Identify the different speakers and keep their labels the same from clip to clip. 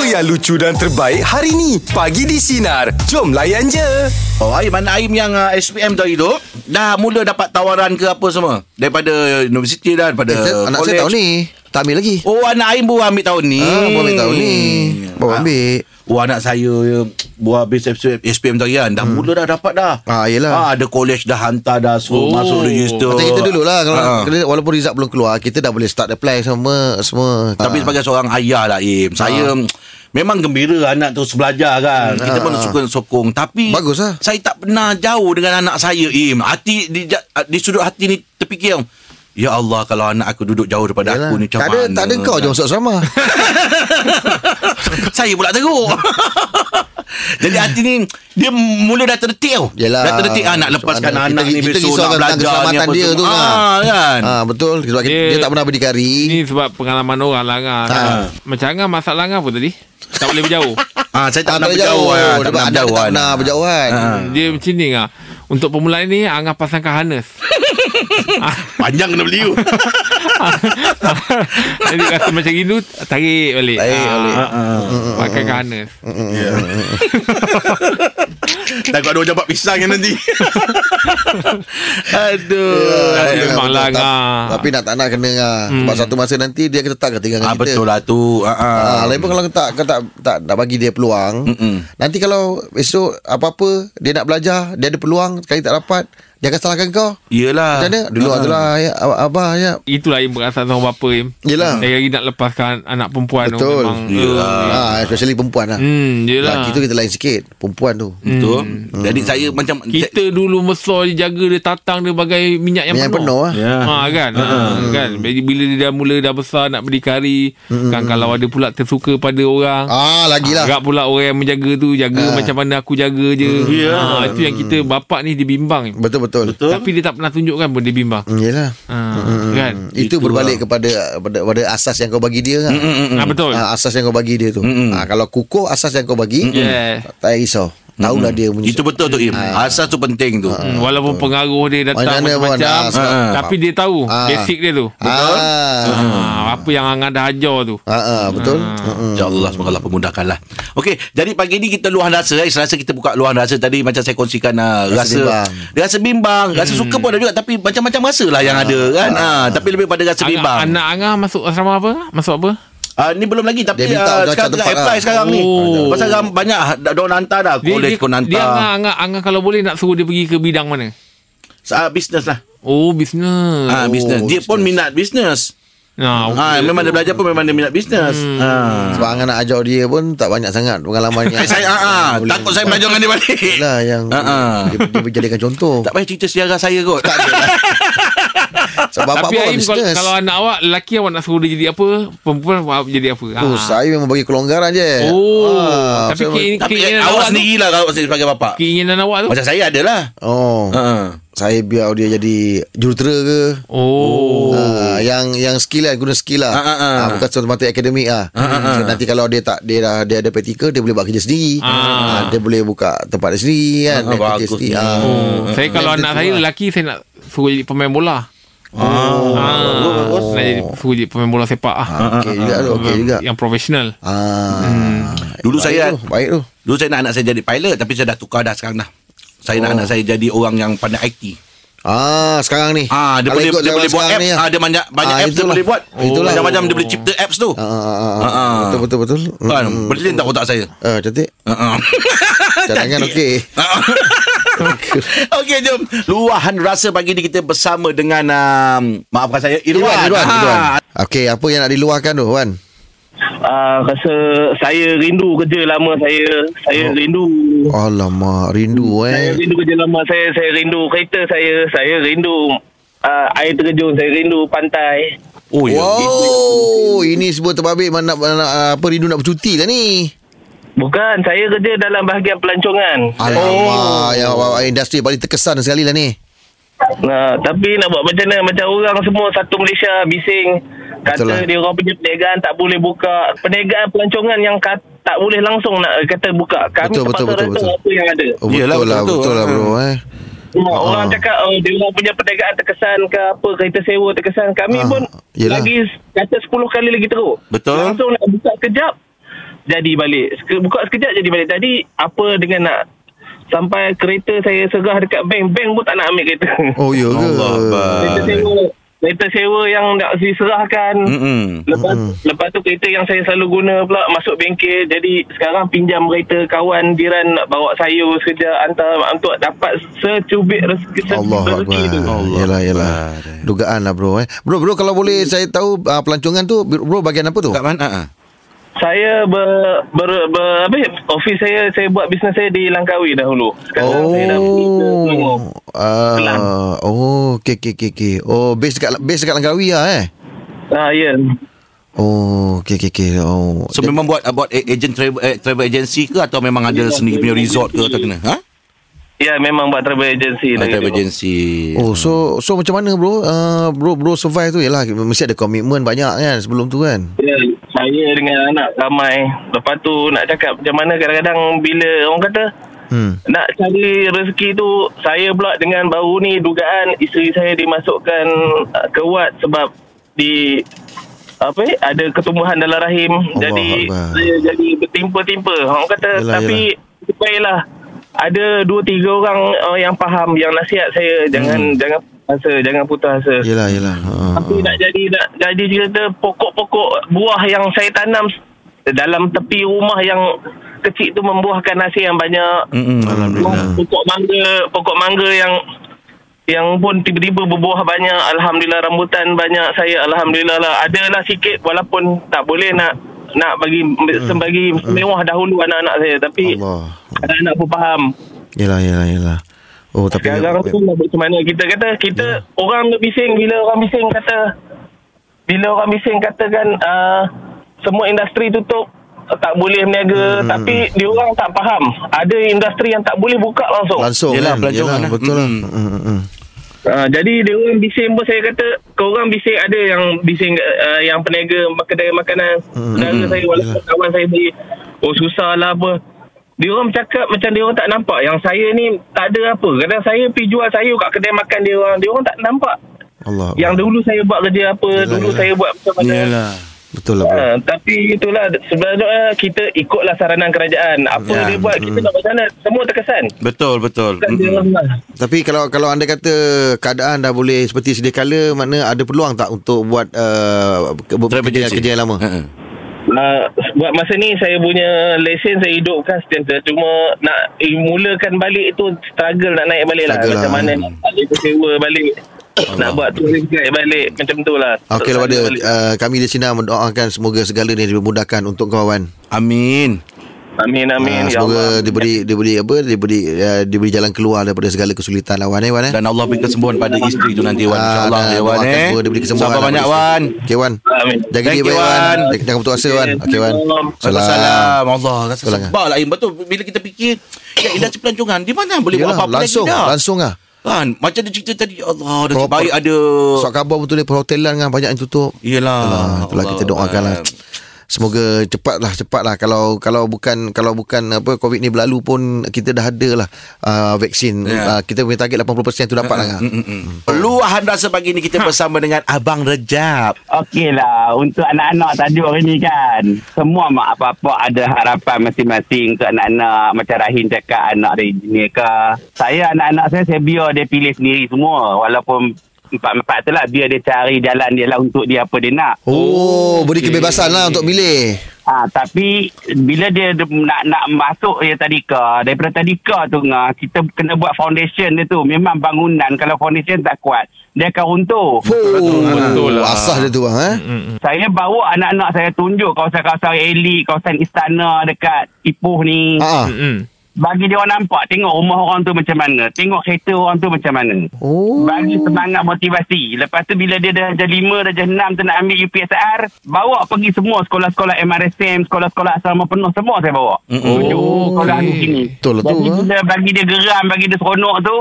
Speaker 1: yang lucu dan terbaik hari ni. Pagi di Sinar. Jom layan je.
Speaker 2: Oh, Aim anak Aim yang uh, SPM dah hidup Dah mula dapat tawaran ke apa semua Daripada universiti dah Daripada
Speaker 3: Kita,
Speaker 2: eh,
Speaker 3: anak saya tahun ni Tak ambil lagi
Speaker 2: Oh anak Aim baru ambil tahun ni
Speaker 3: Ah, baru ambil tahun ni.
Speaker 2: Hmm.
Speaker 3: Baru
Speaker 2: Ah.
Speaker 3: ambil.
Speaker 2: Oh anak saya ya, Baru habis SPM, SPM tarian Dah hmm. mula dah dapat dah
Speaker 3: Ah, yelah.
Speaker 2: ah, Ada college dah hantar dah Suruh oh.
Speaker 4: Oh.
Speaker 2: masuk register
Speaker 3: Macam kita dulu lah kalau
Speaker 2: Ah.
Speaker 3: uh walaupun result belum keluar kita dah boleh start apply semua semua.
Speaker 2: Tapi
Speaker 3: Ah.
Speaker 2: sebagai seorang ayah lah Im Saya Memang gembira anak terus belajar kan Kita pun
Speaker 3: Ah.
Speaker 2: suka sokong Tapi
Speaker 3: Bagus lah.
Speaker 2: Saya tak pernah jauh dengan anak saya Im Hati di, ja- di sudut hati ni terfikir Ya Allah kalau anak aku duduk jauh daripada
Speaker 3: Yalah.
Speaker 2: aku ni macam
Speaker 3: tak ada,
Speaker 2: mana
Speaker 3: tak ada kau je masuk asrama
Speaker 2: Saya pula teruk Jadi hati ni Dia mula dah tertik tau
Speaker 3: Yelah
Speaker 2: Dah tertik ah, nak lepaskan
Speaker 3: Macam mana?
Speaker 2: anak
Speaker 3: kita,
Speaker 2: ni
Speaker 3: Kita
Speaker 2: besok
Speaker 3: risaukan
Speaker 2: nak
Speaker 3: tentang
Speaker 2: belajar ni
Speaker 3: keselamatan
Speaker 2: apa
Speaker 3: dia
Speaker 2: semua.
Speaker 3: tu kan
Speaker 2: ah, kan
Speaker 3: Ah, Betul Sebab dia,
Speaker 4: Dia-
Speaker 3: dia tak pernah berdikari
Speaker 4: Ini sebab pengalaman orang lah
Speaker 3: Ah.
Speaker 4: Angah. Macam Angah masalah Angah apa tadi? Tak boleh berjauh.
Speaker 2: ah, Saya tak
Speaker 3: Tak
Speaker 2: nak
Speaker 3: pernah
Speaker 2: berjauh
Speaker 3: berjauh
Speaker 2: ah,
Speaker 3: Oh,
Speaker 2: nak
Speaker 3: Sebab anak dia tak
Speaker 2: berjauh,
Speaker 3: pernah
Speaker 2: ah.
Speaker 3: berjauhan
Speaker 4: Dia macam ni Angah. Untuk permulaan ni Angah pasangkan harness.
Speaker 2: Panjang kena beli you
Speaker 4: Jadi rasa macam rindu tarik balik.
Speaker 3: Tarik
Speaker 4: Ah,
Speaker 3: balik. Ah, ya,
Speaker 4: ah, Pakai ke harness.
Speaker 2: Takut ada orang jabat pisang yang nanti Aduh
Speaker 3: Eh,
Speaker 4: Tapi memang lah,
Speaker 3: ya, Betul, tak-
Speaker 4: Ngah.
Speaker 3: Tapi nak tak nak kena Ngah. Sebab satu masa nanti Dia akan tetap ketinggalan
Speaker 2: ah,
Speaker 3: kita
Speaker 2: Betul lah tu ah, ah.
Speaker 3: Ah, lain pun kalau kau tak kau tak tak nak bagi dia peluang.
Speaker 2: Mm-mm.
Speaker 3: Nanti kalau esok apa-apa dia nak belajar, dia ada peluang sekali tak dapat, dia akan salahkan kau.
Speaker 2: Yelah
Speaker 3: Macam mana? Dulu
Speaker 2: Ah.
Speaker 3: uh adalah ya, ab- abah ya.
Speaker 4: Itulah yang perasaan seorang bapa Im.
Speaker 3: Yelah.
Speaker 4: Lagi-lagi nak lepaskan anak perempuan tu
Speaker 3: Betul.
Speaker 4: memang. eh.
Speaker 2: Yelah.
Speaker 3: Ah, especially perempuan lah.
Speaker 4: Hmm, yelah.
Speaker 3: Laki tu kita lain sikit, perempuan tu.
Speaker 2: Betul Jadi saya macam
Speaker 4: Kita dulu mesra dia jaga dia tatang dia bagai minyak yang,
Speaker 3: Yang, yang penuh ah.
Speaker 2: Ya.
Speaker 4: Ha kan. Ha, kan. Jadi bila dia dah mula dah besar nak berdikari, kan kalau ada pula tersuka pada orang.
Speaker 3: Ah, lagilah.
Speaker 4: Agak pula orang yang menjaga tu jaga macam mana aku jaga je. Yeah. Ha itu yang kita bapak ni dia bimbang.
Speaker 3: Betul betul. Ya. betul.
Speaker 4: Tapi dia tak pernah tunjukkan pun dia bimbang.
Speaker 3: Yalah.
Speaker 4: Ha kan.
Speaker 3: Hmm, Itu berbalik kepada pada, pada asas yang kau bagi dia kan.
Speaker 4: Ha betul.
Speaker 3: Ah, asas yang kau bagi dia tu. Ah, kalau kukuh asas yang kau bagi,
Speaker 4: Yeah.
Speaker 3: tak payah risau. Tahulah dia punya
Speaker 2: Itu betul tu Im Asas tu penting tu
Speaker 4: Hmm, walaupun pengaruh dia datang
Speaker 3: Mana-mana pun,
Speaker 4: macam-macam
Speaker 3: ah, sebab-
Speaker 4: tapi dia tahu
Speaker 3: Ah.
Speaker 4: basic dia tu.
Speaker 3: Ah.
Speaker 4: Ha apa yang hang dah ajar tu.
Speaker 3: Ah, ah betul. Ah.
Speaker 2: Ya Allah semoga Allah pemudahkan lah Okey Jadi pagi ni kita luahan rasa eh. Rasa kita buka luahan rasa Tadi macam saya kongsikan uh,
Speaker 3: Rasa
Speaker 2: Rasa
Speaker 3: bimbang.
Speaker 2: dia Rasa bimbang Rasa suka pun ada juga Tapi macam-macam rasa lah yang ada kan Ah, Tapi lebih pada rasa
Speaker 4: Angah,
Speaker 2: bimbang
Speaker 4: anak Angah masuk asrama apa? Masuk apa?
Speaker 2: Ah ni belum lagi tapi
Speaker 3: Dia minta
Speaker 2: ah,
Speaker 3: dah
Speaker 2: sekarang
Speaker 3: kat
Speaker 2: tengah
Speaker 3: tempat
Speaker 2: apply
Speaker 3: lah.
Speaker 2: sekarang ni.
Speaker 4: Oh.
Speaker 2: Pasal ram- banyak dah orang hantar dah
Speaker 3: Oh,
Speaker 2: college kau
Speaker 4: dia Angah,
Speaker 2: hantar.
Speaker 4: Angah, Angah kalau boleh nak suruh dia pergi ke bidang mana?
Speaker 2: Ah business lah.
Speaker 4: Oh, bisnes.
Speaker 2: Ah business. Dia pun minat business.
Speaker 4: Nah,
Speaker 2: Ah memang dia belajar pun memang dia minat business.
Speaker 3: Hmm.
Speaker 2: Ah.
Speaker 3: Sebab Angan nak ajar dia pun tak banyak sangat pengalaman yang
Speaker 2: Eh, saya ah, ah
Speaker 3: boleh-
Speaker 2: takut saya belajar dengan dia balik.
Speaker 3: lah yang
Speaker 2: Ah, ah.
Speaker 3: dia, dia berjadikan contoh.
Speaker 2: Tak payah cerita sejarah saya kot.
Speaker 3: lah. Sebab bapak
Speaker 4: Tapi
Speaker 3: pun
Speaker 4: Aim, kalau,
Speaker 3: bisnes.
Speaker 4: kalau anak awak, lelaki awak nak suruh dia jadi apa? Perempuan awak jadi apa? Ah.
Speaker 3: Oh, saya memang bagi kelonggaran je.
Speaker 4: Oh,
Speaker 3: Ah,
Speaker 4: tapi
Speaker 3: saya-
Speaker 4: keinginan,
Speaker 2: Tapi
Speaker 4: keinginan awak
Speaker 2: awak
Speaker 4: tu,
Speaker 2: sendirilah kalau awak sendiri sebagai bapak.
Speaker 4: keinginan awak tu.
Speaker 2: Macam saya adalah.
Speaker 3: Oh,
Speaker 2: Ah.
Speaker 3: saya biar dia jadi jurutera ke.
Speaker 4: Oh.
Speaker 3: Ah, yang yang skill lah guna skill lah.
Speaker 2: Ah, ah, ah.
Speaker 3: Ah, bukan semata akademik ah. So, nanti kalau dia tak dia dah dia ada praktikal dia boleh buat kerja sendiri.
Speaker 4: Ah.
Speaker 3: Ah, dia boleh buka tempat dia sendiri
Speaker 2: Ah,
Speaker 3: kan. dia kerja
Speaker 2: bagus
Speaker 3: sendiri.
Speaker 2: ni.
Speaker 3: Ah.
Speaker 4: Oh, saya kalau
Speaker 3: Macam
Speaker 4: anak
Speaker 3: tu
Speaker 4: saya
Speaker 3: lah.
Speaker 4: lelaki saya nak suruh jadi pemain bola. Oh. Ah, nak jadi suruh jadi pemain bola sepak ah.
Speaker 3: Okey juga tu, okey juga.
Speaker 4: Yang profesional.
Speaker 3: Ah.
Speaker 2: Hmm. Dulu
Speaker 3: baik
Speaker 2: saya-
Speaker 3: tu, baik tu.
Speaker 2: Dulu saya nak anak saya jadi pilot tapi saya dah tukar dah sekarang dah. Saya
Speaker 3: Oh.
Speaker 2: nak anak saya jadi orang yang pandai IT.
Speaker 3: Ah, sekarang ni.
Speaker 2: Ah, dia
Speaker 3: Kalau
Speaker 2: boleh
Speaker 3: ikut
Speaker 2: dia
Speaker 3: zaman
Speaker 2: boleh buat
Speaker 3: sekarang
Speaker 2: apps.
Speaker 3: ni,
Speaker 2: Ah, dia banyak banyak
Speaker 3: Ah,
Speaker 2: apps dia
Speaker 3: itulah.
Speaker 2: boleh buat.
Speaker 3: Itulah.
Speaker 2: Macam-macam dia boleh cipta apps tu.
Speaker 3: Ah, ah, ah, ah.
Speaker 2: Ah, ah.
Speaker 3: Betul betul betul.
Speaker 2: Kan
Speaker 3: Hmm.
Speaker 2: Berlin tak otak saya
Speaker 3: Ah, cantik.
Speaker 2: Ah, ah.
Speaker 3: Cadangan okey.
Speaker 2: Okey jom Luahan rasa pagi ni kita bersama dengan um, Maafkan saya Irwan
Speaker 3: Irwan, Irwan,
Speaker 2: Ah.
Speaker 3: Irwan. Okey, apa yang nak diluahkan tu, Wan?
Speaker 5: Ah, rasa saya rindu kerja lama saya.
Speaker 3: Oh.
Speaker 5: Saya rindu.
Speaker 3: Alamak, rindu
Speaker 5: Hmm, Saya
Speaker 3: eh.
Speaker 5: rindu kerja lama saya. Saya rindu kereta saya. Saya rindu uh, air terjun. Saya rindu pantai.
Speaker 2: Oh ya
Speaker 3: Wow, ini semua terbabit mana nak, nak apa rindu nak bercuti lah ni.
Speaker 5: Bukan, saya kerja dalam bahagian pelancongan.
Speaker 2: Oh.
Speaker 3: Alamak, yang awak- industri paling terkesan sekali lah ni.
Speaker 5: Nah, Ah, tapi nak buat macam mana? Macam orang semua satu Malaysia bising. Kata
Speaker 3: Betul lah.
Speaker 5: dia orang punya perniagaan tak boleh buka. Perniagaan pelancongan yang kat, tak boleh langsung nak kata buka. Kami
Speaker 3: Betul, betul,
Speaker 5: terpaksa
Speaker 3: betul,
Speaker 5: rasa
Speaker 3: betul.
Speaker 5: apa yang ada.
Speaker 3: Oh,
Speaker 2: Yelah,
Speaker 3: betul lah,
Speaker 2: betul tu.
Speaker 3: betul lah bro eh.
Speaker 5: Semua orang cakap oh, dia orang punya perniagaan terkesan ke apa kereta sewa terkesan kami
Speaker 3: Ah,
Speaker 5: pun
Speaker 3: yelah.
Speaker 5: lagi kata 10 kali lagi teruk
Speaker 2: Betul.
Speaker 5: langsung nak buka kejap jadi balik. Seke- Buka sekejap jadi balik. Tadi apa dengan nak sampai kereta saya serah dekat bank, bank pun tak nak ambil kereta.
Speaker 3: Oh ya ke?
Speaker 2: Allah
Speaker 5: Kereta
Speaker 2: Akbar.
Speaker 5: sewa, kereta sewa yang nak diserahkan.
Speaker 2: Mm-mm.
Speaker 5: Lepas, lepas tu kereta yang saya selalu guna pula masuk bengkel. Jadi sekarang pinjam kereta kawan jiran nak bawa sayur sekejap hantar untuk dapat secubit rezeki. se-
Speaker 3: Allah
Speaker 5: rezeki tu.
Speaker 3: Akbar
Speaker 2: Allah
Speaker 3: Yelah yelah
Speaker 2: Akbar.
Speaker 3: Dugaan lah bro eh. Bro bro kalau boleh
Speaker 5: Hmm.
Speaker 3: Saya tahu uh, Pelancongan tu Bro bagian apa tu
Speaker 2: Kat mana? ah?
Speaker 5: Saya ber, ber, ber apa ya, office saya saya buat bisnes saya di Langkawi dahulu. Sekarang saya dah pergi ke Selangor.
Speaker 3: Oh
Speaker 5: Kelang.
Speaker 3: uh, Oh okay, okay, okay, okay. Oh base dekat Base dekat Langkawi lah eh
Speaker 5: Ah ya.
Speaker 3: Oh okay, okay, okay. Oh
Speaker 2: So memang buat buat a- agent travel, eh, travel agency ke atau memang ada sendiri punya resort ke atau kena? Ha?
Speaker 5: Ya memang buat travel agency
Speaker 2: Ah,
Speaker 5: lagi
Speaker 2: travel
Speaker 5: dulu.
Speaker 2: agency.
Speaker 3: Oh so so macam mana bro? Uh, bro bro survive tu yalah mesti ada komitmen banyak kan sebelum tu kan.
Speaker 5: Ya, saya dengan anak ramai. Lepas tu nak cakap macam mana kadang-kadang bila orang kata
Speaker 3: Hmm.
Speaker 5: nak cari rezeki tu saya pula dengan baru ni dugaan isteri saya dimasukkan uh, ke wad sebab di apa eh, ada ketumbuhan dalam rahim
Speaker 3: Allah
Speaker 5: jadi
Speaker 3: Akbar.
Speaker 5: saya jadi bertimpa-timpa orang kata
Speaker 3: Yelah,
Speaker 5: yelah, tapi baiklah ada dua tiga orang uh, yang faham yang nasihat saya jangan hmm. jangan putus asa jangan putus asa
Speaker 3: Yalah yalah. Uh,
Speaker 5: tapi nak jadi nak jadi cerita pokok-pokok buah yang saya tanam dalam tepi rumah yang kecil tu membuahkan nasi yang banyak.
Speaker 2: Mm-mm, Hmm, Alhamdulillah.
Speaker 5: Pokok mangga, pokok mangga yang yang pun tiba-tiba berbuah banyak. Alhamdulillah rambutan banyak. Saya alhamdulillah lah adalah sikit walaupun tak boleh nak nak bagi sembagi mewah dahulu anak-anak saya tapi
Speaker 3: Allah.
Speaker 5: anak-anak pun faham.
Speaker 3: Yalah yalah yalah. Oh tapi
Speaker 5: Sekarang tu lah macam mana kita kata kita orang bising bila orang bising kata bila orang bising katakan uh, semua industri tutup uh, tak boleh berniaga hmm. tapi diorang tak faham ada industri yang tak boleh buka langsung
Speaker 3: langsung
Speaker 2: Oh, Yelah,
Speaker 3: kan?
Speaker 2: pelancongan
Speaker 3: Yelah,
Speaker 2: lah.
Speaker 3: betul lah.
Speaker 2: Mm-mm.
Speaker 3: Mm, mm, mm.
Speaker 5: uh, jadi diorang bising pun saya kata korang bising ada yang bising uh, yang peniaga kedai makanan hmm. saudara saya walaupun kawan saya beri oh susah lah apa diorang bercakap macam diorang tak nampak yang saya ni tak ada apa kadang saya pergi jual sayur kat kedai makan diorang diorang tak nampak
Speaker 3: Allah.
Speaker 5: Yang dulu saya buat kerja apa
Speaker 3: Yelah,
Speaker 5: yelah, Dulu
Speaker 3: yelah.
Speaker 5: yelah. saya buat macam mana yelah.
Speaker 3: betul lah bro.
Speaker 2: Eh.
Speaker 5: Ha, tapi itulah sebenarnya kita ikutlah saranan kerajaan. Apa
Speaker 2: Ya,
Speaker 5: dia buat kita nak buat sana semua terkesan.
Speaker 2: Betul betul.
Speaker 5: Bukan dia
Speaker 2: Mm-mm.
Speaker 5: orang lah.
Speaker 3: Tapi kalau kalau anda kata keadaan dah boleh seperti sedia kala makna ada peluang tak untuk buat uh, ke-
Speaker 2: Travel
Speaker 3: kerja,
Speaker 2: agency. Eh.
Speaker 3: kerja yang lama?
Speaker 2: Ha-ha.
Speaker 5: Ah, buat masa ni saya punya lesen saya hidupkan sentiasa cuma nak eh, mulakan balik tu struggle nak naik balik lah
Speaker 3: Struggle
Speaker 5: macam
Speaker 3: lah.
Speaker 5: mana nak balik sewa balik nak buat tu balik macam tu lah
Speaker 3: Okey lah pada
Speaker 5: Struggle balik.
Speaker 3: uh, kami di sini mendoakan semoga segala ni dimudahkan untuk kau Wan.
Speaker 2: Amin.
Speaker 5: amin amin
Speaker 3: Ah,
Speaker 5: ya
Speaker 3: semoga
Speaker 5: Allah
Speaker 3: diberi diberi apa diberi uh, diberi jalan keluar daripada segala kesulitan lawan eh Wan eh.
Speaker 2: Dan Allah beri kesembuhan pada isteri tu nanti Wan.
Speaker 3: Ah,
Speaker 2: InsyaAllah
Speaker 3: dan
Speaker 2: ya Wan
Speaker 3: doakan
Speaker 2: eh.
Speaker 3: semoga diberi kesembuhan
Speaker 2: Sabar banyak
Speaker 3: daripada
Speaker 2: Wan.
Speaker 3: isteri. Okey Wan.
Speaker 5: amin
Speaker 3: Jaga
Speaker 2: Thank
Speaker 3: diri
Speaker 2: you,
Speaker 3: baik Wan.
Speaker 2: Wan.
Speaker 3: Jangan jangan putus asa Wan. Okey Wan.
Speaker 2: Salam. Salam. Allah rasa
Speaker 3: Salam.
Speaker 2: sebab lah Im. Betul bila kita fikir ya industri pelancongan di mana boleh buat
Speaker 3: Yalah,
Speaker 2: apa-apa
Speaker 3: langsung
Speaker 2: lagi dah.
Speaker 3: langsung ah.
Speaker 2: Kan macam dia cerita tadi Allah dah
Speaker 3: Proper.
Speaker 2: baik ada
Speaker 3: Sok khabar betul dia perhotelan kan banyak yang tutup.
Speaker 2: Yelah
Speaker 3: Ah, itulah kita doakan lah. Semoga cepatlah cepatlah kalau kalau bukan kalau bukan apa covid ni berlalu pun kita dah ada lah uh, vaksin yeah. uh,
Speaker 2: Ya.
Speaker 3: kita punya target 80% tu dapat lah kan.
Speaker 2: Luahan rasa pagi ni kita bersama dengan Abang Rejab.
Speaker 6: Okey lah Untuk anak-anak tajuk hari ni kan Semua mak apa-apa ada harapan masing-masing Untuk anak-anak Macam Rahim cakap Anak dari engineer ke Saya anak-anak saya Saya biar dia pilih sendiri semua Walaupun Empat-empat tu lah Biar dia cari jalan dia lah Untuk dia apa dia nak
Speaker 3: Oh, beri kebebasan lah untuk milih.
Speaker 6: ha, Tapi Bila dia de- nak nak masuk Ya tadika Daripada tadika tu ngah, Kita kena buat foundation dia tu Memang bangunan Kalau foundation tak kuat Dia akan runtuh
Speaker 2: lah.
Speaker 3: Oh,
Speaker 4: betul lah.
Speaker 3: Asas dia tu bang
Speaker 2: Mm.
Speaker 3: eh.
Speaker 6: Saya bawa anak-anak saya tunjuk kawasan-kawasan elit, kawasan istana dekat Ipoh ni.
Speaker 3: Ha.
Speaker 6: Ha.
Speaker 3: ah.
Speaker 4: Mm-mm.
Speaker 6: Bagi dia orang nampak tengok rumah orang tu macam mana. Tengok kereta orang tu macam mana.
Speaker 2: Mm.
Speaker 3: Oh.
Speaker 6: Bagi semangat motivasi. Lepas tu bila dia dah darjah 5, darjah 6 tu nak ambil UPSR, bawa pergi semua sekolah-sekolah MRSM, sekolah-sekolah asrama penuh semua saya bawa.
Speaker 3: Hmm.
Speaker 6: Tunjuk
Speaker 4: Oh,
Speaker 6: sekolah
Speaker 4: okey.
Speaker 6: okay. sini.
Speaker 3: Betul lah tu,
Speaker 6: Jadi
Speaker 3: ha?
Speaker 6: bila bagi dia geram, bagi dia seronok tu,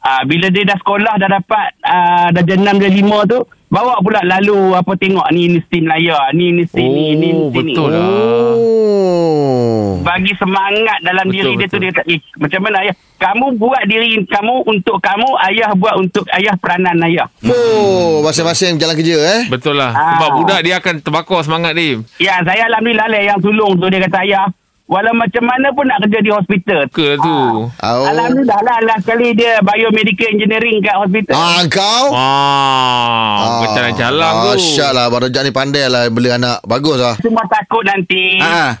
Speaker 6: ah bila dia dah sekolah dah dapat ah, darjah 6, darjah 5 tu, bawa pula lalu apa tengok ni Universiti Melaya, ni Universiti ni, ni
Speaker 4: Oh
Speaker 6: Universiti ni.
Speaker 4: betul lah
Speaker 2: Mm.
Speaker 3: Oh.
Speaker 6: bagi semangat dalam
Speaker 4: Betul,
Speaker 6: betul, diri
Speaker 4: betul.
Speaker 6: betul. dia tu dia tak eh, macam mana ayah kamu buat diri kamu untuk kamu ayah buat untuk ayah peranan ayah
Speaker 3: Oh, masing-masing jalan kerja eh.
Speaker 4: Betul lah
Speaker 6: Ah.
Speaker 4: Sebab budak dia akan terbakar semangat dia
Speaker 6: Ya, saya alhamdulillah lah yang tolong tu dia kata ayah. Walau macam mana pun nak kerja di hospital.
Speaker 4: Ke tu
Speaker 6: Ah.
Speaker 3: Oh.
Speaker 6: Alhamdulillah lah last kali dia biomedical engineering kat hospital.
Speaker 3: Ah, kau.
Speaker 4: Ah, Bercalang-calang tu
Speaker 3: Masya Allah lah, Abang Rojak ni pandai lah Beli anak Bagus lah
Speaker 6: Cuma takut nanti
Speaker 2: Ah.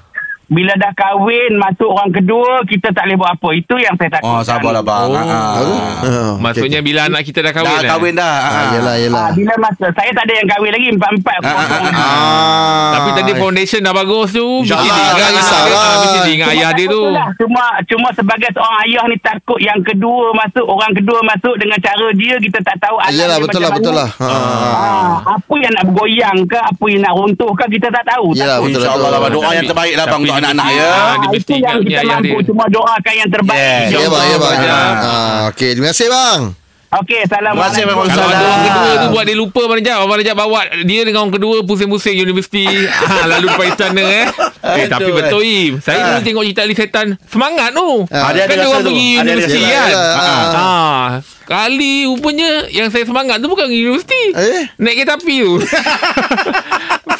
Speaker 6: bila dah kahwin masuk orang kedua kita tak boleh buat apa. Itu yang saya takut.
Speaker 2: Oh, sabarlah bang.
Speaker 4: Oh.
Speaker 2: Oh. Ha.
Speaker 3: Ah,
Speaker 4: Maksudnya
Speaker 3: okey,
Speaker 4: bila anak kita dah
Speaker 2: Kahwin
Speaker 4: kahwin kan?
Speaker 2: dah kahwin dah. Ha.
Speaker 3: okey. Ah, Yelah yelah
Speaker 6: Ah, bila masa saya tak ada yang kahwin lagi empat-empat aku
Speaker 2: Ah, ah,
Speaker 6: potong.
Speaker 2: ah,
Speaker 4: Ah. Tapi tadi foundation dah bagus tu Mesti
Speaker 2: InsyaAllah,
Speaker 4: diingat
Speaker 2: jangan
Speaker 4: anak
Speaker 2: risau
Speaker 4: dia.
Speaker 3: lah.
Speaker 4: Ah, Mesti diingat
Speaker 6: Cuma
Speaker 4: ayah dia
Speaker 6: takut
Speaker 4: tu
Speaker 6: lah. Cuma cuma sebagai seorang ayah ni takut yang kedua masuk, orang kedua masuk dengan cara dia kita tak tahu anak
Speaker 3: Yelah
Speaker 6: dia
Speaker 3: betul
Speaker 6: macam
Speaker 3: lah betul
Speaker 6: mana.
Speaker 3: lah Ah.
Speaker 6: Ah, apa yang nak bergoyang ke apa yang nak runtuh ke kita tak tahu
Speaker 3: Yelah,
Speaker 6: Tak tahu.
Speaker 3: betul.
Speaker 2: InsyaAllah lah. bang. Doa
Speaker 4: Tapi-
Speaker 2: yang terbaik lah bang
Speaker 4: tapi
Speaker 2: untuk
Speaker 4: dia-
Speaker 2: anak-anak ya.
Speaker 4: Ah, dia
Speaker 6: Ah,
Speaker 4: mesti
Speaker 6: itu yang
Speaker 4: ingat ni
Speaker 6: kita
Speaker 4: ayah
Speaker 6: mampu
Speaker 4: dia.
Speaker 6: cuma doakan yang terbaik
Speaker 2: Yes.
Speaker 3: Ya
Speaker 6: yeah.
Speaker 3: bang ya bang
Speaker 4: Ya.
Speaker 3: Ah, Okey terima kasih bang
Speaker 6: Okey,
Speaker 2: Terima
Speaker 6: assalamualaikum
Speaker 2: kasih, Abang
Speaker 4: Kalau ada
Speaker 2: Salah.
Speaker 4: orang kedua tu buat dia lupa Abang Rejab Abang Rejab bawa dia dengan orang kedua pusing-pusing universiti ha, Lalu lepas istana eh Eh tapi
Speaker 2: Aduh,
Speaker 4: betul
Speaker 2: eh.
Speaker 4: Im Saya
Speaker 2: Ah.
Speaker 4: dulu tengok cerita Ali Setan Semangat tu
Speaker 3: Ah,
Speaker 2: dia ada
Speaker 4: Kan dia
Speaker 2: rasa
Speaker 4: orang
Speaker 2: tu.
Speaker 4: pergi
Speaker 2: Ada- ada
Speaker 4: universiti
Speaker 2: rasa.
Speaker 4: kan
Speaker 3: Yelah, ah,
Speaker 4: ha. Kali rupanya yang saya semangat tu bukan pergi universiti
Speaker 3: Eh?
Speaker 4: Naik kereta api tu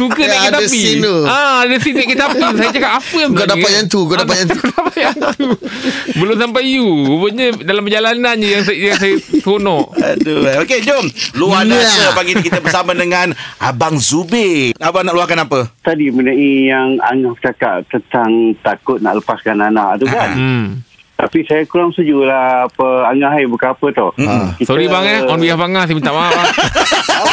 Speaker 4: Suka
Speaker 3: Ya,
Speaker 4: naik kereta
Speaker 3: ada
Speaker 4: api
Speaker 3: scene tu.
Speaker 4: Ah, Ada scene naik kereta api Saya cakap apa yang
Speaker 3: Kau
Speaker 4: berlaku
Speaker 3: dapat
Speaker 4: ni?
Speaker 3: yang tu, kau
Speaker 4: Ah,
Speaker 3: dapat yang tu.
Speaker 4: Kau dapat yang tu Belum sampai you Rupanya dalam perjalanan je Yang saya, yang saya seronok
Speaker 2: Aduh. eh. Okey, jom. Luar
Speaker 3: Ya.
Speaker 2: biasa pagi ni kita bersama dengan Abang Zubir. Abang nak luahkan apa?
Speaker 7: tadi mengenai yang Angah cakap tentang takut nak lepaskan anak tu kan.
Speaker 4: Hmm
Speaker 7: Tapi saya kurang setuju lah apa Angah hai bukan apa tau.
Speaker 2: Mm-mm.
Speaker 7: Kita-
Speaker 4: Sorry bang eh On behalf bang ah, Saya minta maaf bang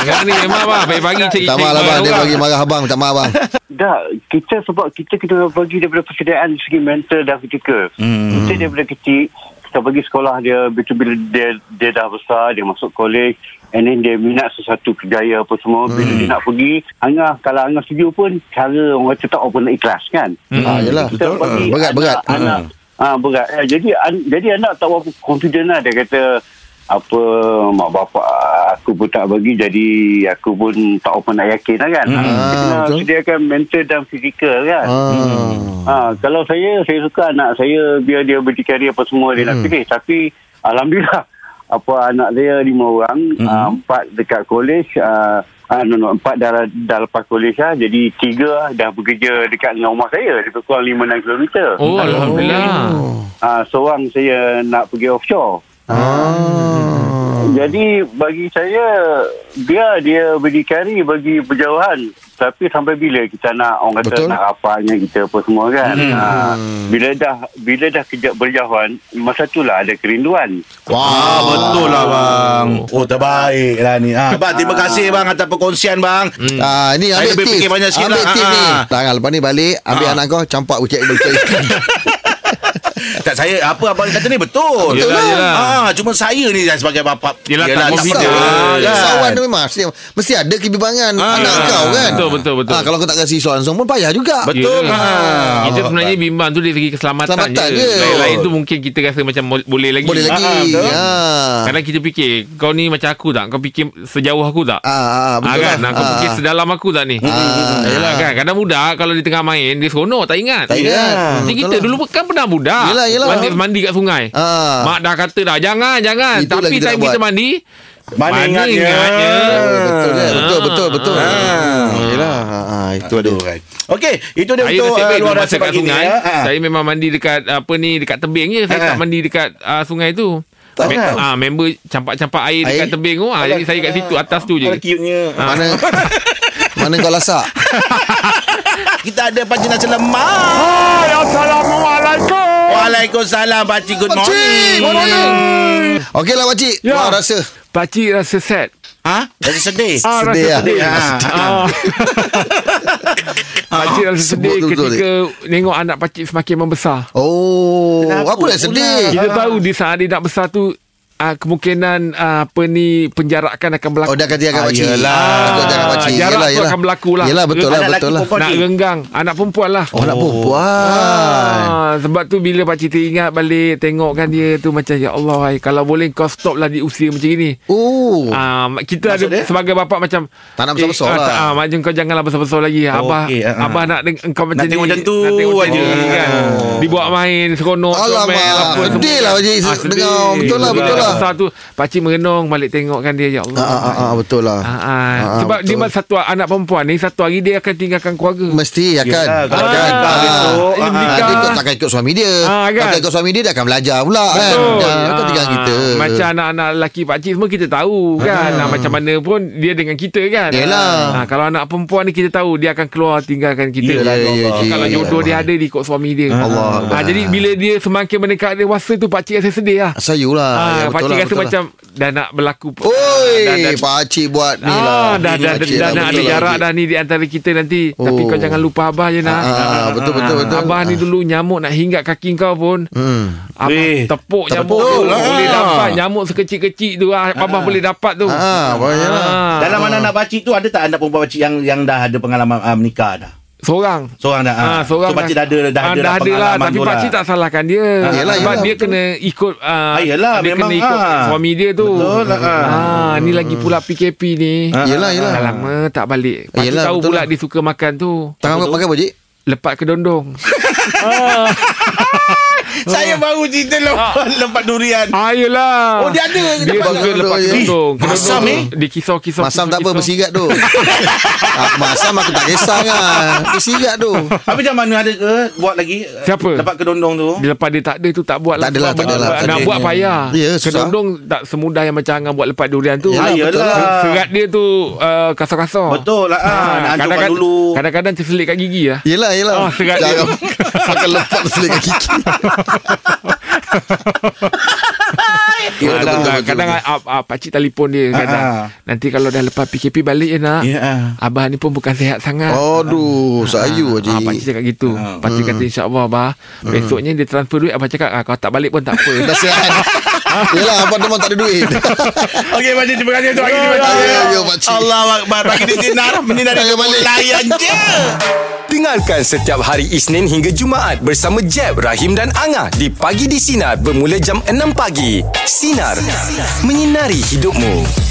Speaker 4: Sekarang ni memang ah. bang Pagi-pagi cek
Speaker 3: Tak maaf lah bang Dia bagi marah abang Tak maaf bang
Speaker 7: Tak, kita sebab kita kena bagi daripada persediaan segi mental dan fizikal.
Speaker 2: Hmm.
Speaker 7: Kita daripada kecil, kita bagi sekolah dia, bila, bila dia, dia dah besar, dia masuk kolej, and then dia minat sesuatu kerjaya apa semua. Bila
Speaker 3: Hmm.
Speaker 7: dia nak pergi, Angah, kalau Angah setuju pun, cara orang kata tak orang nak ikhlas kan?
Speaker 4: Hmm,
Speaker 7: Ah, jadi
Speaker 3: yelah.
Speaker 7: kita
Speaker 2: Betul.
Speaker 7: bagi
Speaker 3: Ah, berat,
Speaker 7: anak-
Speaker 3: berat. Hmm.
Speaker 7: Anak, ah, berat. Eh, jadi, an, jadi anak tak berapa confident lah. Dia kata, apa mak bapak aku pun tak bagi jadi aku pun tak apa nak yakin lah kan
Speaker 2: Hmm.
Speaker 7: Kita
Speaker 3: Ah,
Speaker 7: kena
Speaker 3: betul.
Speaker 7: sediakan mental dan fizikal kan
Speaker 2: Hmm.
Speaker 3: Ah.
Speaker 7: Ha, kalau saya, saya suka anak saya biar dia berdikari apa semua dia nak pilih. Tapi Alhamdulillah, apa anak saya lima orang, hmm. uh, empat dekat kolej, uh, uh, no, no, empat dah, dah lepas kolej lah. Jadi tiga dah bekerja dekat dengan rumah saya, lebih kurang lima enam kilometer.
Speaker 4: Oh Alhamdulillah
Speaker 7: Uh, seorang saya nak pergi offshore.
Speaker 3: Ah.
Speaker 7: Jadi bagi saya biar dia berdikari bagi berjauhan tapi sampai bila kita nak orang kata
Speaker 3: Betul. Hmm.
Speaker 7: nak rapatnya kita apa semua kan. Ha, bila dah bila dah kejap berjauhan masa itulah ada kerinduan.
Speaker 2: Ah, betul lah bang. Oh, terbaik lah ni. Ah, bang, terima kasih bang atas perkongsian bang.
Speaker 3: Ah, ini
Speaker 2: Saya
Speaker 3: ambil
Speaker 2: lebih fikir banyak sikit
Speaker 3: ambil
Speaker 2: lah.
Speaker 3: tip
Speaker 2: Ah,
Speaker 3: ni.
Speaker 2: ah.
Speaker 3: Tangan lepas ni balik, ambil
Speaker 2: Ah.
Speaker 3: anak kau campak ucap ucap ikan.
Speaker 2: Tak saya apa abang kata ni betul.
Speaker 4: Betul Yelah, lah. yelah.
Speaker 2: Ah, cuma saya ni sebagai bapa.
Speaker 4: Yelah, tak
Speaker 3: Tahu,
Speaker 4: confident. Ah,
Speaker 2: boleh,
Speaker 4: kan.
Speaker 3: Soawan tu memang mesti, mesti ada kebibangan
Speaker 2: Ah,
Speaker 3: anak
Speaker 2: ya.
Speaker 3: kau kan.
Speaker 4: Betul, betul, betul.
Speaker 3: Ah, kalau kau tak kasi soalan langsung pun payah juga.
Speaker 2: Betul.
Speaker 4: Ya.
Speaker 2: Ah.
Speaker 4: Kita sebenarnya bimbang tu Dari segi keselamatan,
Speaker 3: Keselamatan
Speaker 4: je
Speaker 3: je.
Speaker 4: Lain-lain tu mungkin Kita rasa macam mo- boleh lagi
Speaker 3: Boleh lagi.
Speaker 2: Ah, betul.
Speaker 3: Ya.
Speaker 4: Kadang kita fikir Kau ni macam aku tak Kau fikir sejauh aku tak
Speaker 3: Ah, ah,
Speaker 4: Ah,
Speaker 3: betul.
Speaker 4: kan?
Speaker 3: lah.
Speaker 4: Lah. Kau
Speaker 3: Ah.
Speaker 4: fikir sedalam aku tak ni?
Speaker 3: Ah.
Speaker 4: Yalah kan. Kadang budak kalau dia tengah main, dia seronok tak ingat.
Speaker 3: Tak ingat.
Speaker 4: Jadi
Speaker 3: Betul
Speaker 4: kita
Speaker 3: lah.
Speaker 4: dulu kan pernah budak.
Speaker 3: Yelah, yelah.
Speaker 4: Mandi, mandi kat sungai.
Speaker 3: Ah.
Speaker 4: Mak dah kata dah, jangan, jangan.
Speaker 3: Itulah
Speaker 4: Tapi
Speaker 3: kita nak
Speaker 4: time kita
Speaker 3: buat.
Speaker 4: mandi,
Speaker 2: Mana ingatnya?
Speaker 3: Oh, betul, je. betul,
Speaker 4: Ah.
Speaker 3: betul, betul.
Speaker 2: Ah.
Speaker 3: Yelah, ah, ah, itu ada.
Speaker 2: Aduh, kan. Okey, itu dia
Speaker 4: Saya
Speaker 2: untuk
Speaker 4: nasib
Speaker 2: ah,
Speaker 4: baik
Speaker 2: luar
Speaker 4: dulu
Speaker 2: rasa
Speaker 4: masa kat
Speaker 2: pagi ni.
Speaker 4: sungai.
Speaker 2: ya. Ah.
Speaker 4: Saya memang mandi dekat apa ni dekat tebing je. Saya
Speaker 2: Ah.
Speaker 4: tak mandi dekat ah, sungai tu.
Speaker 2: Tak
Speaker 4: Me-
Speaker 2: kan?
Speaker 4: ah, member campak-campak air,
Speaker 3: Air?
Speaker 4: dekat tebing tu. Ah, jadi saya kat situ atas tu je. Ah.
Speaker 2: Alah, cute-nya.
Speaker 4: Ha.
Speaker 3: Mana mana kau lasak?
Speaker 2: Ah, Kita ada Pakcik nasi lemak. Hai, Assalamualaikum. Waalaikumsalam, Pakcik. Good morning.
Speaker 3: Pakcik, good morning. Okeylah pakcik.
Speaker 4: Ya.
Speaker 3: Wah, rasa.
Speaker 4: Pakcik rasa sad.
Speaker 2: Ha? Rasa sedih.
Speaker 4: Ah,
Speaker 3: Sedih
Speaker 4: rasa
Speaker 3: lah.
Speaker 4: sedih.
Speaker 2: Ah,
Speaker 4: Ah. Pakcik
Speaker 3: Sebut
Speaker 4: rasa sedih
Speaker 3: tu betul,
Speaker 4: ketika tengok anak pakcik semakin membesar.
Speaker 3: Oh, apa yang sedih?
Speaker 4: Kita tahu di saat dia nak besar tu uh, kemungkinan uh, apa ni penjarakan akan berlaku.
Speaker 3: Oh, dah ganti agak
Speaker 2: Ah,
Speaker 3: pakcik.
Speaker 2: yelah.
Speaker 3: Ikut jangan pakcik.
Speaker 4: Jarak
Speaker 3: Yelah,
Speaker 4: tu
Speaker 3: yelah.
Speaker 4: akan berlaku lah.
Speaker 3: Yelah, betul lah,
Speaker 2: Anak
Speaker 3: betul lah.
Speaker 2: lelaki perempuan
Speaker 4: Nak
Speaker 2: ni.
Speaker 4: renggang Anak perempuan lah
Speaker 3: Oh, nak perempuan.
Speaker 4: Ah, sebab tu bila pakcik teringat balik Tengok kan dia tu macam Ya Allah hai, Kalau boleh kau stop lah di usia macam ini
Speaker 3: Oh.
Speaker 4: Ah, kita
Speaker 3: Maksud
Speaker 4: Maksud ada
Speaker 3: dia?
Speaker 4: dia? sebagai bapak macam
Speaker 3: Tak nak besar-besar
Speaker 4: eh,
Speaker 3: lah.
Speaker 4: tak, ah, Macam kau janganlah besar-besar lagi
Speaker 2: Oh,
Speaker 4: Abah
Speaker 2: okey, ah, ah.
Speaker 4: Abah nak deng- engkau macam
Speaker 2: Nak tengok
Speaker 4: ni,
Speaker 2: macam tu
Speaker 4: Nak tengok macam
Speaker 2: aja.
Speaker 4: ni kan
Speaker 2: Oh.
Speaker 4: Dibawa main Seronok
Speaker 3: Alamak,
Speaker 4: comel, apa
Speaker 3: sedih
Speaker 4: semua.
Speaker 3: lah, Pakcik,
Speaker 4: Ah, sedih.
Speaker 3: dengar. Betul lah,
Speaker 4: Bila
Speaker 3: betul
Speaker 4: dah
Speaker 3: lah.
Speaker 4: Besar tu Pakcik merenung Balik tengok kan dia Ya Allah
Speaker 3: Ah, ah, ah, ah, betul lah.
Speaker 4: Ah, ah.
Speaker 3: Ah,
Speaker 4: Sebab
Speaker 3: betul.
Speaker 4: dia mas- satu anak perempuan ni Satu hari dia akan tinggalkan keluarga
Speaker 3: Mesti akan.
Speaker 2: Yelah, kalau
Speaker 3: akan.
Speaker 2: nikah
Speaker 3: Ah.
Speaker 2: besok,
Speaker 4: ah,
Speaker 3: Ah,
Speaker 4: nikah.
Speaker 3: dia ikut, takkan ikut suami dia.
Speaker 4: Ah, kan?
Speaker 3: Takkan ikut suami dia, dia akan belajar pula kan.
Speaker 4: Betul.
Speaker 3: Ah, Kan tinggal
Speaker 4: Ah,
Speaker 3: kita.
Speaker 4: Macam anak-anak lelaki pakcik semua kita tahu kan. Ah, macam mana pun dia dengan kita kan.
Speaker 3: Yelah.
Speaker 4: Ah, kalau anak perempuan ni kita tahu dia akan keluar tinggalkan kita. Ah,
Speaker 3: Yelah, ya, ya,
Speaker 4: Kalau
Speaker 3: ya,
Speaker 4: jodoh
Speaker 3: ya.
Speaker 4: dia ada di ikut suami dia.
Speaker 3: Allah Akbar.
Speaker 4: Ah, jadi bila dia semakin mendekat dia masa tu pakcik rasa sedih lah.
Speaker 3: Sayu lah. Ya,
Speaker 4: Ah,
Speaker 3: betul
Speaker 4: pakcik
Speaker 3: lah,
Speaker 4: rasa
Speaker 3: betul
Speaker 4: macam dah nak berlaku.
Speaker 3: Oi,
Speaker 4: Ah, dah- dah-
Speaker 3: pakcik buat ni
Speaker 4: Ah,
Speaker 3: lah.
Speaker 4: dah dah dah,
Speaker 3: Pakcik
Speaker 4: dah nak ada
Speaker 3: betul lah,
Speaker 4: jarak
Speaker 3: pakcik.
Speaker 4: dah ni di antara kita nanti. Oh. Tapi
Speaker 3: Oh.
Speaker 4: kau jangan lupa abah je nak.
Speaker 3: Ah, ah, ah, betul, betul,
Speaker 4: Ah,
Speaker 3: betul.
Speaker 4: Abah ni
Speaker 3: Ah.
Speaker 4: dulu nyamuk nak hinggat kaki kau pun.
Speaker 3: Hmm.
Speaker 4: Abang
Speaker 2: Weh.
Speaker 4: tepuk nyamuk
Speaker 3: Tepuk
Speaker 4: tu
Speaker 3: lah.
Speaker 4: Boleh dapat nyamuk sekecil-kecil tu ah, Abang boleh dapat tu
Speaker 3: Ah, pokoknya lah.
Speaker 4: Ah.
Speaker 2: Dalam anak-anak pakcik tu ada tak anak perempuan pakcik yang yang dah ada pengalaman ah, menikah dah?
Speaker 4: Seorang
Speaker 2: Seorang dah.
Speaker 4: Ah,
Speaker 2: ah.
Speaker 4: seorang
Speaker 2: so pakcik dah ada dah
Speaker 4: Ah,
Speaker 2: ada
Speaker 4: dah ada lah
Speaker 2: pengalaman
Speaker 4: Tapi
Speaker 2: tu lah.
Speaker 4: pakcik tak salahkan dia
Speaker 2: Ah,
Speaker 3: yelah,
Speaker 4: Sebab
Speaker 3: yelah,
Speaker 4: dia
Speaker 3: betul.
Speaker 4: kena ikut ah,
Speaker 2: Ah, yelah,
Speaker 4: Dia
Speaker 2: memang,
Speaker 4: kena ikut
Speaker 2: ah.
Speaker 4: suami dia tu
Speaker 2: Betul lah, ah.
Speaker 4: Ah, Ni lagi pula PKP ni
Speaker 2: Ah,
Speaker 3: Yelah, Hmm. yelah.
Speaker 4: Dah lama tak balik Pakcik
Speaker 3: Yelah,
Speaker 4: tahu
Speaker 3: betul
Speaker 4: pula
Speaker 3: lah.
Speaker 4: dia suka makan tu
Speaker 3: Tangan kau pakai pakcik?
Speaker 4: Lepat ke dondong
Speaker 2: Saya baru cerita lepas lepas durian.
Speaker 4: Ah, yelah
Speaker 2: Oh, dia ada ke
Speaker 4: Dia
Speaker 2: tempat
Speaker 4: suka
Speaker 3: dondong?
Speaker 4: lepat ke
Speaker 3: Ih,
Speaker 4: dondong
Speaker 2: masam,
Speaker 4: Kedondong
Speaker 2: eh?
Speaker 4: tu, Dia kisau-kisau
Speaker 3: Masam tak apa, bersirat
Speaker 4: kisau-kisau.
Speaker 3: tu. Ah, Masam aku tak kisah kan. Bersirat tu.
Speaker 2: Habis macam mana ada ke buat lagi?
Speaker 4: Siapa?
Speaker 2: Lepas kedondong tu.
Speaker 4: Dia lepas dia tak ada tu tak buat
Speaker 3: Tak adalah,
Speaker 4: Sebab
Speaker 3: tak adalah,
Speaker 4: buat-
Speaker 3: tak
Speaker 4: Nak
Speaker 3: ada.
Speaker 4: buat payah
Speaker 3: Ya, susah.
Speaker 4: Kedondong tak semudah yang macam Angang buat lepas durian tu
Speaker 3: Yelah,
Speaker 2: Ah,
Speaker 3: betul
Speaker 2: yelah.
Speaker 4: Se- Serat dia tu uh, kasar-kasar
Speaker 2: Betul lah. Ah, nak hancurkan
Speaker 4: kadang-kadang,
Speaker 2: dulu.
Speaker 4: Kadang-kadang terselit kat gigi lah
Speaker 3: Yelah, yelah.
Speaker 4: Ah, serat dia.
Speaker 3: Jangan pakai lepak selit kaki.
Speaker 4: Yelah, Kadang ah, ah, Pakcik telefon dia kata,
Speaker 2: ah.
Speaker 4: Nanti kalau dah lepas PKP balik je nak
Speaker 2: Ya, ah.
Speaker 4: Abah ni pun bukan sihat sangat
Speaker 3: Aduh, sayu
Speaker 4: Ah, pakcik
Speaker 3: pakcik.
Speaker 4: cakap gitu Pakcik kata insyaAllah abah Besoknya dia transfer duit Abah cakap ah, Kalau tak balik pun tak apa
Speaker 3: Dah sihat. Yelah, apa teman tak ada duit.
Speaker 2: Okey pakcik terima kasih untuk hari ini
Speaker 3: Ya, ya, ya, pakcik.
Speaker 2: Allah Akbar bagi di sinar menyinari
Speaker 3: Saya balik.
Speaker 2: layan je.
Speaker 1: Dengarkan setiap hari Isnin hingga Jumaat bersama Jeb, Rahim dan Angah di Pagi di Sinar bermula jam 6 pagi. Sinar. Menyinari hidupmu.